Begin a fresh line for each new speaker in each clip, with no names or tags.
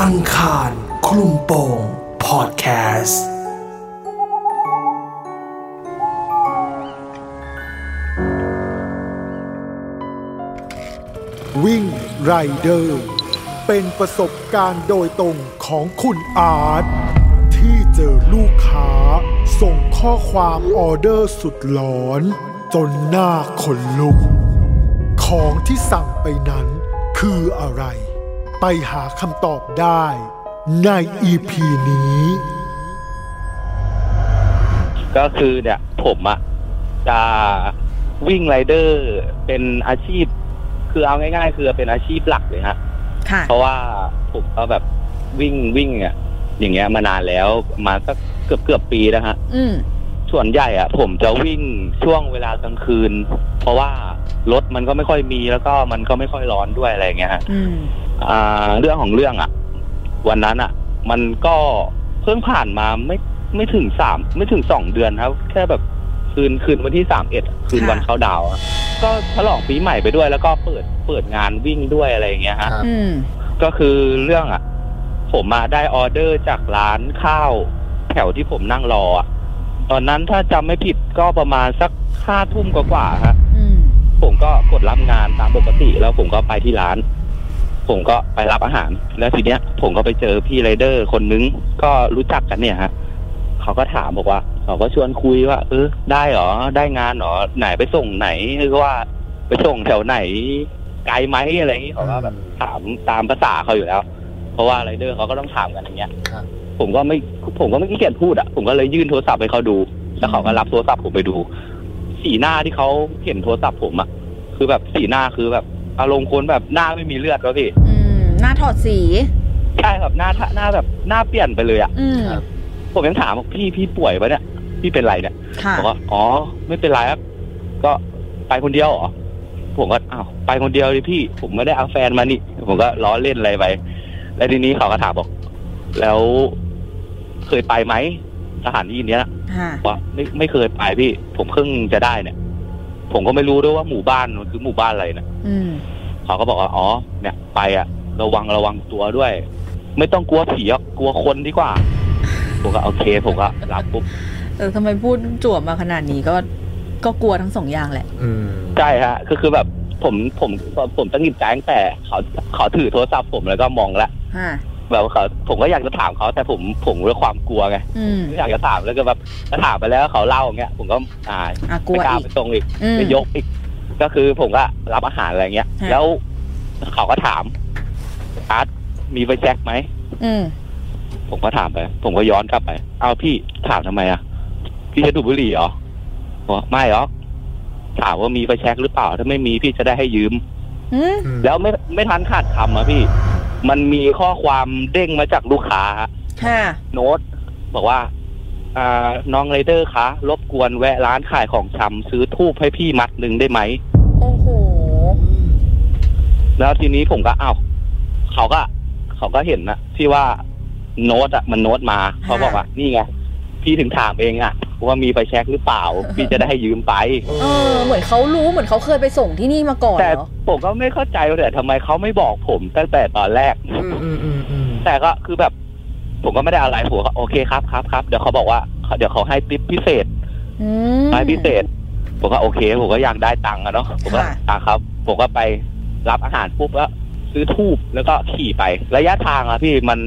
อังคารคลุมโปงพอดแคสต์
วิ่งไรเดอร์เป็นประสบการณ์โดยตรงของคุณอาร์ตที่เจอลูกค้า ส่งข้อความออเดอร์สุดหลอน จนหน้าขนลุก ของที่สั่งไปนั้นคืออะไร ไปหาคำตอบได้ใน EP นี้
ก็คือเนี่ยผมอะจะวิ่งไรเดอร์ เป็นอาชีพ คือเอาง่ายๆ คือเป็นอาชีพหลักเลยฮะ
ค่ะ
เพราะว่าผมก็แบบวิ่งวิ่งอะอย่างเงี้ยมานานแล้วประมาณสักเกือบเกือบปีแล้วฮะ
อืม
ส่วนใหญ่อะผมจะวิ่งช่วงเวลากลางคืน เพราะว่ารถมันก็ไม่ค่อยมีแล้วก็มันก็ไม่ค่อยร้อนด้วยอะไรอย่างเงี้ยฮะ
อืม
อ่าเรื่องของเรื่องอะวันนั้นอะมันก็เพิ่งผ่านมาไม่ไม่ถึงสามไม่ถึงสองเดือนครับ แค่แบบคืนคืนวันที่สามเอ็ดคืน
ค่ะ
วันเข้าดาวน์อะก็ฉลองปีใหม่ไปด้วย แล้วก็เปิดเปิดงานวิ่งด้วยอะไรอย่างเงี้ยฮะ
ครับ
อืม
ก็คือเรื่องอะผมมาได้ออเดอร์จากร้านข้าวแถวที่ผมนั่งรออะตอนนั้นถ้าจำไม่ผิดก็ประมาณสักห้าทุ่มกว่าๆฮะ
อืม
ผมก็กดรับงานตามปกติแล้วผมก็ไปที่ร้าน ผมก็ไปรับอาหาร แล้วทีเนี้ย ผมก็ไปเจอพี่ไรเดอร์คนนึงก็รู้จักกันเนี่ยฮะเขาก็ถามบอกว่าเขาก็ชวนคุยว่า เออได้เหรอได้งานเหรอไหนไปส่งไหนหรือว่า ไปส่งแถวไหน ไกลไหมอะไรอย่างงี้เขาก็แบบถามตามภาษาเขาอยู่แล้ว เพราะว่าไรเดอร์เขาก็ต้องถามกันอย่างเงี้ย
ครับ
ผมก็ไม่ผมก็ไม่ขี้เกียจพูดอ่ะผมก็เลยยื่นโทรศัพท์ให้เขาดู แล้วเขาก็รับโทรศัพท์ผมไปดู สีหน้าที่เขาเห็นโทรศัพท์ผมอ่ะ คือแบบสีหน้าคือแบบ อารมณ์คนแบบหน้าไม่มีเลือดแล้วพี่
อืม หน้าถอดสี
ใช่ครับหน้าหน้าแบบหน้าเปลี่ยนไปเลยอ่ะ
อืม
ครับ
ผมยังถามว่าพี่พี่ป่วยปะเนี่ยพี่เป็นไรเนี่ย
ค่ะ
บอกว่าอ๋อ ไม่เป็นไรครับ ก็ไปคนเดียวเหรอผมก็อ้าวไปคนเดียวดิพี่ ผมไม่ได้เอาแฟนมานี่ ผมก็ล้อเล่นอะไรไปแล้วทีนี้เขาก็ถามบอก แล้วเคยไปไหมสถานที่เนี้ย
ค่ะ
ว่าไม่ไม่เคยไปพี่ ผมเพิ่งจะได้เนี่ย ผมก็ไม่รู้ด้วยว่าหมู่บ้านมันคือหมู่บ้านอะไรนะ
อืม
เขาก็บอกว่าอ๋อเนี่ยไปอะระวังระวังตัวด้วย ไม่ต้องกลัวผีหรอกกลัวคนดีกว่า ผมก็โอเค ผมก็รับปุ๊บ
เออทำไมพูดจั่วมาขนาดนี้ก็ ก็กลัวทั้งสองอย่างแหละ
อืม
ใช่ฮะก็คือแบบผมผมผมตั้งหงิดใจตั้งแต่เขาเขาถือโทรศัพท์ผมแล้วก็มองละ
ค่ะ
แบบเขาผมก็อยากจะถามเขาแต่ผมผมด้วยความกลัวไง
อืม
ไม่อยากจะถามแล้วก็แบบถ้าถามไปแล้วเขาเล่าอย่างเงี้ยผมก็อ่า
อ่ะกลั
ไม่
ว
กล้า
อีก
ไปตรงอีก
อืม
จะยกอีกก็คือผมก็รับอาหารอะไรเงี้ย
ฮะ
แล้วเขาก็ถามอาร์ตมีไฟแจ็คไหม
อืม
ผมก็ถามไป ผมก็ย้อนกลับไป เอาพี่ถามทำไมอ่ะ พี่จะดูดบุหรี่เหรอบอกว่าไม่หรอกถามว่ามีไฟแช็กหรือเปล่า ถ้าไม่มีพี่จะได้ให้ยืม
อืม
อืม
แล้วไม่ไม่ทันขาดคำอ่ะพี่ มันมีข้อความเด้งมาจากลูกค้า
ค่ะ
โน้ตบอกว่า อ่าน้องไรเดอร์คะรบกวนแวะร้านขายของชำซื้อทูบให้พี่มัดหนึ่งได้ไหม
โอ้โห
แล้วทีนี้ผมก็เอ้าวเขาก็ เขาก็เห็นนะที่ว่าโน้ตอะมันโน้ตมา เขาบอกว่า นี่ไง พี่ถึงถามเองอะว่ามีไฟแช็กหรือเปล่า พี่จะได้ให้ยืมไป
เออ เหมือนเขารู้ เหมือนเขาเคยไปส่งที่นี่มาก่อน
แต่
เหรอ
ผมก็ไม่เข้าใจว่าแต่ทำไมเขาไม่บอกผมตั้งแต่ตอนแรก
อืมอืมอืมอืม
แต่ก็คือแบบ ผมก็ไม่ได้อะไรผมก็โอเคครับครับครับเดี๋ยวเขาบอกว่าเขาเดี๋ยวเขาให้ติปพิเศษ
อืม
ไม้พิเศษ ผมก็โอเค ผมก็อยากได้ตังค์อะเนาะ ผมก็
ค่ะ
อ่ะครับ ผมก็ไปรับอาหารปุ๊บแล้วซื้อทูบแล้วก็ขี่ไประยะทางอะพี่มัน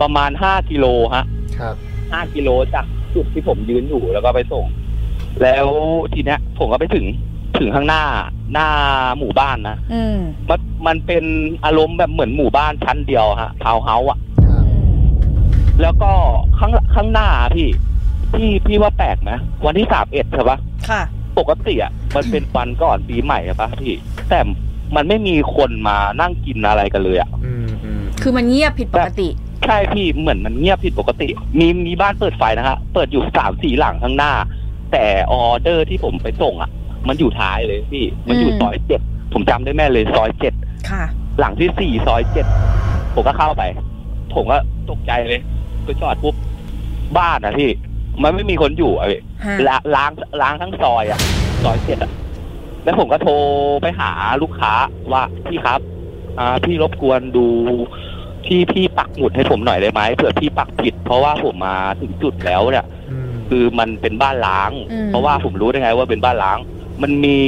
ประมาณห้ากิโลฮะ
ครับ
ห้ากิโลจากจุดที่ผมยืนอยู่แล้วก็ไปส่ง แล้วทีเนี้ย ผมก็ไปถึงถึงข้างหน้าหน้าหมู่บ้านนะ
อืม
มันมันเป็นอารมณ์แบบเหมือนหมู่บ้านชั้นเดียวฮะทาวน์เฮาส์อะ
ครับ
แล้วก็ข้างข้างหน้าพี่พี่พี่ว่าแปลกไหมวันที่สามเอ็ดใช่ปะ
ค่ะ
ปกติอ่ะมันเป็นวันก่อนปีใหม่ใช่ปะพี่ แต่มันไม่มีคนมานั่งกินอะไรกันเลยอ่ะ
อืมอืม
คือมันเงียบผิดปกติ
ใช่พี่เหมือนมันเงียบผิดปกติ มีมีบ้านเปิดไฟนะฮะเปิดอยู่สามสี่หลังข้างหน้า แต่ออเดอร์ที่ผมไปส่งอ่ะ มันอยู่ท้ายเลยพี่ มันอยู่
อืม
ซอยเจ็ดผมจำได้แม่นเลยซอยเจ็ด
ค่ะ
หลังที่สี่ซอยเจ็ดผมก็เข้าไป ผมก็ตกใจเลยไปจอดปุ๊บบ้านอะพี่ มันไม่มีคนอยู่อะพี่
ค่ะ
ล้าล้างล้างทั้งซอยอะซอยเจ็ดอะแล้วผมก็โทรไปหาลูกค้าว่าพี่ครับ อ่าพี่รบกวนดู พี่พี่ปักหมุดให้ผมหน่อยได้ไหมเผื่อพี่ปักผิด เพราะว่าผมมาถึงจุดแล้วเนี่ย
อืม
คือมันเป็นบ้านล้าง
อืม
เพราะว่าผมรู้ได้ไงว่าเป็นบ้านล้าง มันมี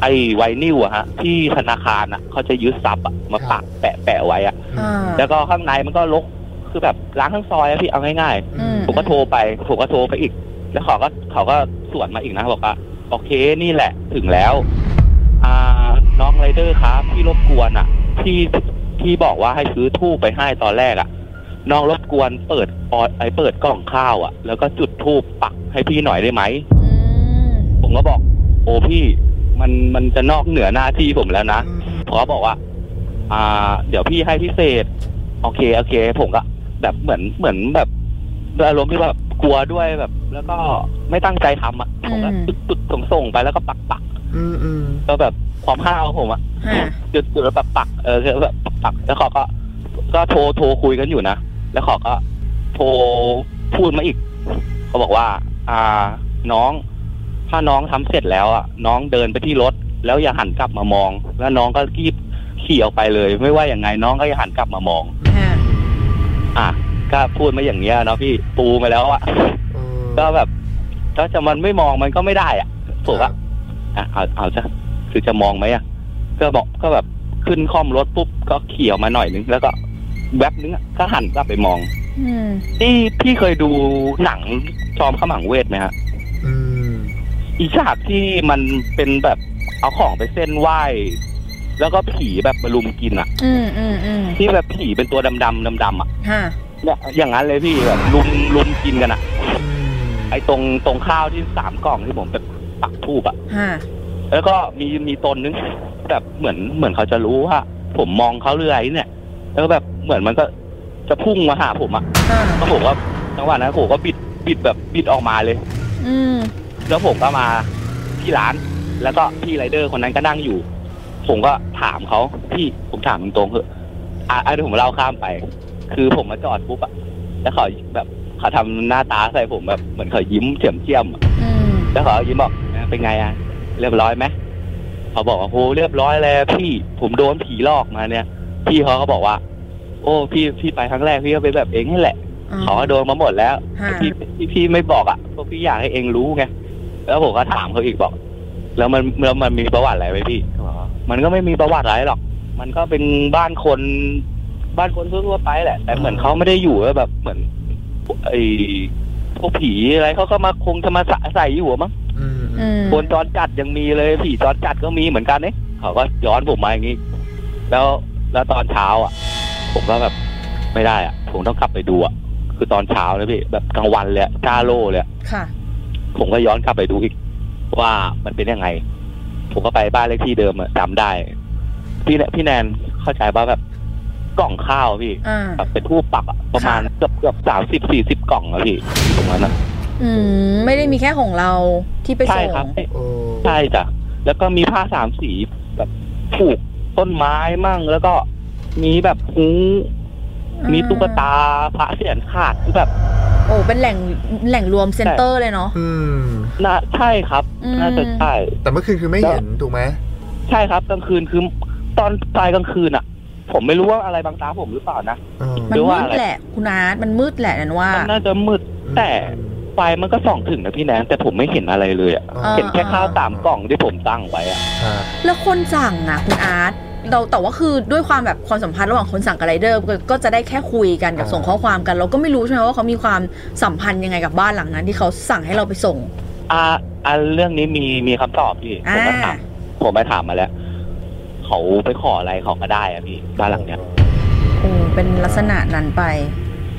ไอ้ไวนิลอะฮะ ที่ธนาคารอะเขาจะยึดซับอะมาปักแปะแปะไว้อะ
อ่า
แล้วก็ข้างในมันก็รกคือแบบล้างทั้งซอยอะพี่เอาง่ายๆ
อืม
ผมก็โทรไป ผมก็โทรไปอีก แล้วเขาก็เขาก็สวนมาอีกนะบอกว่าโอเคนี่แหละถึงแล้ว อ่าน้องไรเดอร์ครับพี่รบกวนอ่ะ ที่ที่บอกว่าให้ซื้อทูบไปให้ตอนแรกอ่ะ น้องรบกวนเปิดออไอเปิดกล่องข้าวอ่ะ แล้วก็จุดทูบปักให้พี่หน่อยได้ไหม
อืม
ผมก็บอก โอ้พี่ มันมันจะนอกเหนือหน้าที่ผมแล้วนะ ผมก็บอกว่า อ่า เดี๋ยวพี่ให้พิเศษ โอเค โอเค ผมก็แบบเหมือนเหมือนแบบด้วยอารมณ์ที่แบบกลัวด้วยแบบ แล้วก็ไม่ตั้งใจทำอ่ะ ผมก็
อืม
ตุดตุดส่งส่งๆไปแล้วก็ปักปัก
อืมอืม
ๆก็แบบความห้าวของผมอ่ะ
ฮะ
จุดจุดแล้วแบบปักเออคือแบบปักๆแล้วเขาก็ก็โทรโทรคุยกันอยู่นะ แล้วเขาก็โทรพูดมาอีกเขาบอกว่า อ่า น้อง ถ้าน้องทำเสร็จแล้วอ่ะน้องเดินไปที่รถ แล้วอย่าหันกลับมามอง แล้วน้องก็รีบขี่ออกไปเลย ไม่ว่าอย่างไงน้องก็อย่าหันกลับมามอง
ฮะ
อ่ะก็พูดมาอย่างเงี้ยเนาะพี่ปูมาแล้วอ่ะ
เออ
ก็แบบถ้าจะมันไม่มองมันก็ไม่ได้อ่ะถูกปะอ่ะเอาเอาจะคือจะมองไหมอ่ะก็บอกก็แบบขึ้นคล่อมรถปุ๊บก็ขี่ออกมาหน่อยนึงแล้วก็แวบนึงอะก็หันกลับไปมอง
อืม
นี่พี่เคยดูหนังจอมขมังเวทไหมฮะ
อืม
อีฉากที่มันเป็นแบบเอาของไปเส้นไหว้ แล้วก็ผีแบบมารุมกินอะ
อืมอืมอืม
ที่แบบผีเป็นตัวดำดำดำดำๆอะ
ฮะ
เนี่ยอย่างนั้นเลยพี่แบบลุมลุมกินกันอะ
อืม
ไอตรงตรงข้าวที่สามกล่องที่ผมแบบปักทูบอะ
ฮะ
แล้วก็มีมีตนนึงแบบเหมือนเหมือนเขาจะรู้ว่า ผมมองเขาเรื่อยเนี่ย แล้วก็แบบเหมือนมันก็จะพุ่งมาหาผมอะ
ฮะ
แล้วผมก็จังหวะนั้นผมก็บิดบิดแบบบิดออกมาเลย
อืม
แล้วผมก็มาที่ร้าน แล้วก็พี่ไรเดอร์คนนั้นก็นั่งอยู่ ผมก็ถามเขาพี่ผมถามตรงๆเถอะอ่ะอ่ะเดี๋ยวผมเล่าข้ามไป คือผมมาจอดปุ๊บอะแล้วเขาแบบเขาทำหน้าตาใส่ผมแบบเหมือนเขายิ้มเฉียมเจียมอะ
อืม
แล้วเขายิ้มบอกเป็นไงอะเรียบร้อยไหมเขาบอกว่าโหเรียบร้อยแล้วพี่ผมโดนผีหลอกมาเนี่ย พี่เขาก็บอกว่า โอ้พี่พี่ไปครั้งแรกพี่ก็เป็นแบบเองนี่แหละ
อ๋อ
เขาก็โดนมาหมดแล้ว
ฮะ
พี่พี่พี่ไม่บอกอ่ะเพราะพี่อยากให้เองรู้ไง แล้วผมก็ถามเขาอีกบอก แล้วมันแล้วมันมีประวัติอะไรไหมพี่เขาบอกว่ามันก็ไม่มีประวัติอะไรหรอก มันก็เป็นบ้านคนบ้านคนทั่วๆไปแหละ แต่เหมือนเขาไม่ได้อยู่แล้วแบบเหมือนไอ้พวกผีอะไรเขาก็มาคงจะมาสะใส่อยู่อะมั้ง
อืมอื
อื
ม
ม
คนจรจัดยังมีเลย ผีจรจัดก็มีเหมือนกันเนี่ยเขาก็ย้อนผมมาอย่างนี้ แล้วแล้วตอนเช้าอ่ะ ผมก็แบบไม่ได้อ่ะ ผมต้องกลับไปดูอ่ะคือตอนเช้าเลยพี่แบบกลางวันเลยอะจ้าโล่เลยอะ
ค่ะ
ผมก็ย้อนกลับไปดูอีก ว่ามันเป็นยังไง ผมก็ไปบ้านเลขที่เดิมอะจำได้ พี่แนพี่แนนเข้าใจป่ะแบบกล่องข้าวอะพี่
อ่า
แบบเป็นทูปปักอะประมาณ
ค่ะ
เกือบเกือบสามสิบสี่สิบกล่องอะพี่ตรงนั้นนะ
อืมไม่ได้มีแค่ของเราที่ไป
ใช่
ส่ง
ครับใช่
โอ้
ใช่จ้ะแล้วก็มีผ้าสามสีแบบผูกต้นไม้มั่ง แล้วก็มีแบบหูมีตุ๊กตาพระเสียนขาดคือแบบ
โอ้เป็นแหล่งแหล่งรวมเซ็นเตอร์เลยเนาะ
อืม
น่าใช่ครับ น่าจะใช่
แต่เมื่อคืนคือไม่เห็นถูกไหม
ใช่ครับกลางคืนคือตอนตายกลางคืนอ่ะ ผมไม่รู้ว่าอะไรบางตาผมหรือเปล่านะ
เออ
มัน
หรือ
มื
ว่า
ด
อะไร
แหละคุณอาร์ตมันมืดแหละนันว่า
มันน่าจะมืด แต่ ไฟมันก็ส่องถึงนะพี่แนนแต่ผมไม่เห็นอะไรเลยอะ
อ่า
เห็นแค่ข้าวสามกล่องที่ผมตั้งไว้อะ
อ่า
แล้วคนสั่งอ่ะคุณอาร์ตเราแต่ว่าคือด้วยความแบบความสัมพันธ์ระหว่างคนสั่งกับไรเดอร์ก็ก็จะได้แค่คุยกันกับส่งข้อความกัน เราก็ไม่รู้ใช่ไหมว่าเขามีความสัมพันธ์ยังไงกับบ้านหลังนั้น ที่เขาสั่งให้เราไปส่ง
อ่าอันเรื่องนี้มีมีคำตอบพี่ผ
อ่า
มไปถามผมไปถามมาแล้ว เขาไปขออะไรเขาก็ได้อะพี่บ้านหลังเนี้ย
โอ้เป็นลักษณะนั้นไป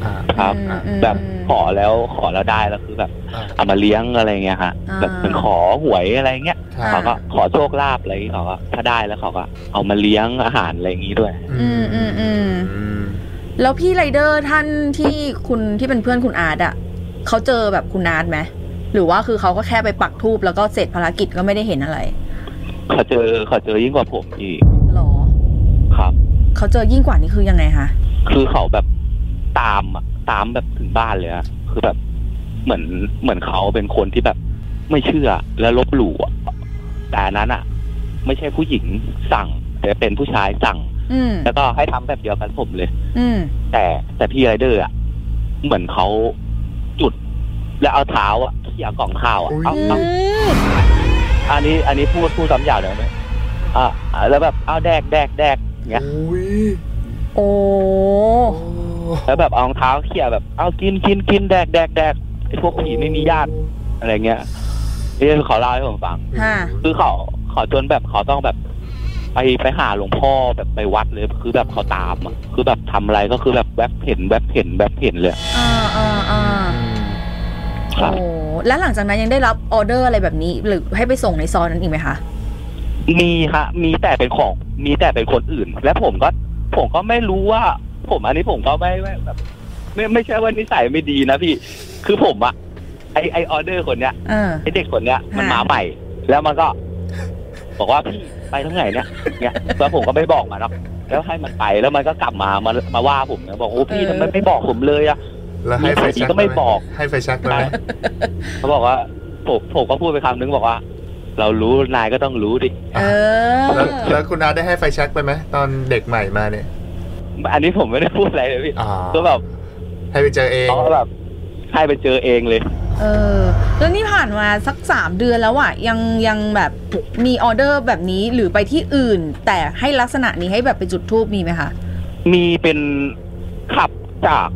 อ่า
ครับ
อืมอืม
แบบขอแล้วขอแล้วได้แล้วคือแบบ
อ่า
เอามาเลี้ยงอะไรเงี้ยฮะ
อ่า
แบบเป็นขอหวยอะไรเงี้ย
ครับ
เขาก็ขอโชคลาภอะไรอย่างงี้เขาก็ถ้าได้แล้วเขาก็เอามาเลี้ยงอาหารอะไรอย่างงี้ด้วย
อืมอืมอืม
อืม
แล้วพี่ไรเดอร์ท่านที่คุณที่เป็นเพื่อนคุณอาร์ตอ่ะเขาเจอแบบคุณอาร์ตไหมหรือว่าคือเขาก็แค่ไปปักทูบแล้วก็เสร็จภารกิจก็ไม่ได้เห็นอะไร
เขาเจอเขาเจอยิ่งกว่าผมอีก
หรอ
ครับ
เขาเจอยิ่งกว่านี้คือยังไงคะ
คือเขาแบบตามอะตามแบบถึงบ้านเลยอะคือแบบเหมือนเหมือนเขาเป็นคนที่แบบไม่เชื่อและลบหลู่อะแต่อันนั้นอะไม่ใช่ผู้หญิงสั่ง แต่เป็นผู้ชายสั่ง
อืม
แล้วก็ให้ทำแบบเดียวกันผมเลย
อืม
แต่แต่พี่ไรเดอร์อ่ะเหมือนเขาจุด แล้วเอาเท้าอ่ะเขี่ยกล่องข้าวอ่ะเอา
อื
เอา
ม
อันนี้ อันนี้พูดพูดซ้ำยาวเดี๋ยวไหมอ่ะอ่ะแล้วแบบเอาแดกแดกแดกอย่างเงี้ย
อุ้ย
โอ้
แล้วแบบเอารองเท้าเขี่ยแบบเอากินกินกินแดกแดกแดกไอ้พวกผีไม่มีญาติอะไรเงี้ยนี่คือเขาเล่าให้ผมฟัง
ฮะ
คือเขาเขาจนแบบเขาต้องแบบไปไปหาหลวงพ่อแบบไปวัดเลย คือแบบเขาตามอะคือแบบทำอะไรก็คือแบบแวบเห็นแวบเห็นแวบเห็นเลย
อ่าอ่าอ่า
ครับ
โอ้แล้วหลังจากนั้นยังได้รับออเดอร์อะไรแบบนี้ หรือให้ไปส่งในซอยนั้นอีกไหมคะ
มีฮะมีแต่เป็นของมีแต่เป็นคนอื่น และผมก็ผมก็ไม่รู้ว่า ผมอันนี้ผมก็ไม่ไม่แบบไม่ไม่ใช่ว่านิสัยไม่ดีนะพี่ คือผมอะไอไอออเดอร์คนเนี้ย
เออ
ไอเด็กคนเนี้ยมัน
ค่ะ
มาใหม่ แล้วมันก็ บอกว่าพี่ไปทางไหนเนี่ยเนี่ยแล้วผมก็ไม่บอกมันหรอกแล้วให้มันไปแล้วมันก็กลับมามามาว่าผมเนี่ยบอกโอ้พี่ทำไมไม่บอกผมเลยอะ
แล้วให้ไฟ
มี
แชั
ใครก็ไม่บอก
ให้ไฟแชักมาไหม
เขาบอกว่าผมผมก็พูดไปคำนึงบอกว่า เรารู้นายก็ต้องรู้ดิ
เออ
แล้วแล้วคุณอาร์ตได้ให้ไฟแชักไปไหมตอนเด็กใหม่มาเนี่ย
อันนี้ผมไม่ได้พูดอะไรเลยพี่
อ๋อ
ก็แบบ
ให้ไปเจอเอง
เขาก็แบบให้ไปเจอเองเลย
เออ แล้วนี่ผ่านมาสักสามเดือนแล้วอะยังยังแบบมีออเดอร์แบบนี้หรือไปที่อื่น แต่ให้ลักษณะนี้ให้แบบไปจุดทูบมีไหมคะ
มีเป็นขับจาก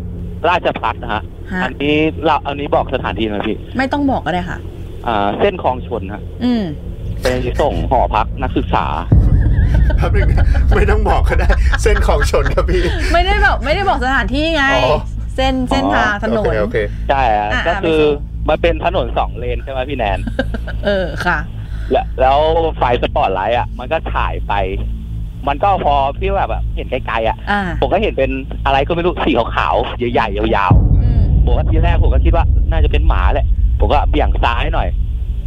ราชพัฒนะฮะ
ฮะ
อันนี้เราอันนี้บอกสถานที่หนะพี่
ไม่ต้องบอกก็ได้ค่ะ
อ่า เส้นคลองชนฮะ
อืม
เป็นส่งหอพักนักศึกษา
ครับนึงนะไม่ต้องบอกก็ได้ เส้นของชนครับพี่
ไม่ได้แบบไม่ได้บอกสถานที่ไง
อ๋อ
เส้นเส้นทางถน
โอน เคโอเค
ใช่อะ
อ่ะ
ก็
อ่ะ
คือ
ไปส่
มันเป็นถนนสองเลนใช่ไหมพี่แนน
เออค่ะ
และแล้วไฟสปอตไลท์อ่ะ มันก็ถ่ายไป มันก็พอพี่ว่าแบบเห็นไกลๆอ่ะ
อ่า
ผมก็เห็นเป็นอะไรก็ไม่รู้สีขาวๆใหญ่ๆยาว
อืม
ๆผมว่าทีแรกผมก็คิดว่าน่าจะเป็นหมาแหละผมก็เบี่ยงซ้ายหน่อย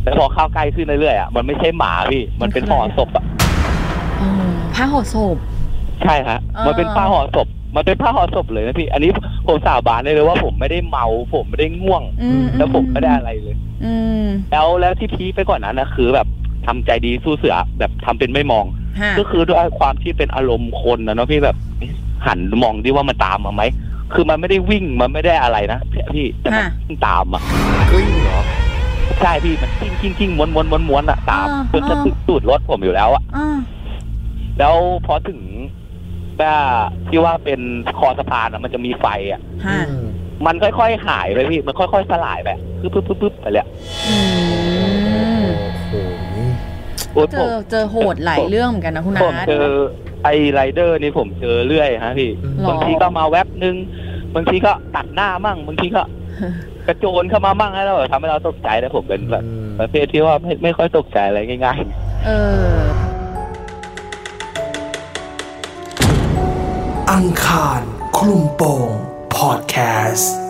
แล้วพอเข้าใกล้ขึ้นเรื่อยๆอ่ะมันไม่ใช่หมาพี่ มันเป็นห่อศพอ่ะ
อ๋อผ้าห่อศพ
ใช่ฮะ
อ่ามั
มันเป็นผ้าห่อศพ มันเป็นผ้าห่อศพเลยนะพี่ อันนี้ผมสาบานได้เลยว่าผมไม่ได้เมา ผมไม่ได้ง่วง
อืม
แล้วผมไม่ได้อะไรเลย
อืม
แล้วแล้วที่พีคไปกว่อนนั้นนะคือแบบทำใจดีสู้เสือแบบทำเป็นไม่มอง
ฮะ
ก็คือด้วยความที่เป็นอารมณ์คนนะเนาะพี่แบบเอ๊ะหันมองดิว่ามันตามมาไหมคือมันไม่ได้วิ่งมันไม่ได้อะไรนะพี่พี่แต่มันวิ่งตามอ่ะ
กลิ้งเหรอ
ใช่พี่มันกิ้งกิ้งกิ้งม้วนม้วนม้วนม้วนอ่ะตามจนจะตูดรถผมอยู่แล้วอ่ะ
อ่า
แล้วพอถึงแบบที่ว่าเป็นคอสะพานอ่ะมันจะมีไฟอ่ะ
ฮะ
มันค่อยๆหายไปพี่มันค่อยๆสลายไปคือปึ๊บปึ๊บปึ๊บไปเลยอะ
อืม
โอ้โหนี่
โอ้ย
เจ
ผม
อเจอโหดหลายเรื่องเหมือนกันนะคุณ
ผม
อาร์ต
เจอไอ้ไรเดอร์นี่ผมเจอเรื่อยฮะพี่
หรอ
บางทีก็มาแวบนึงบางทีก็ตัดหน้ามั่งบางที ก็ กระโจนเข้ามามั่งให้เราแบบทำให้เราตกใจนะผมเป็นแบบประเภทที่ว่าไม่ไม่ค่อยตกใจอะไรง่าย
เออ
อังคารคลุมโปงพอดแคสต์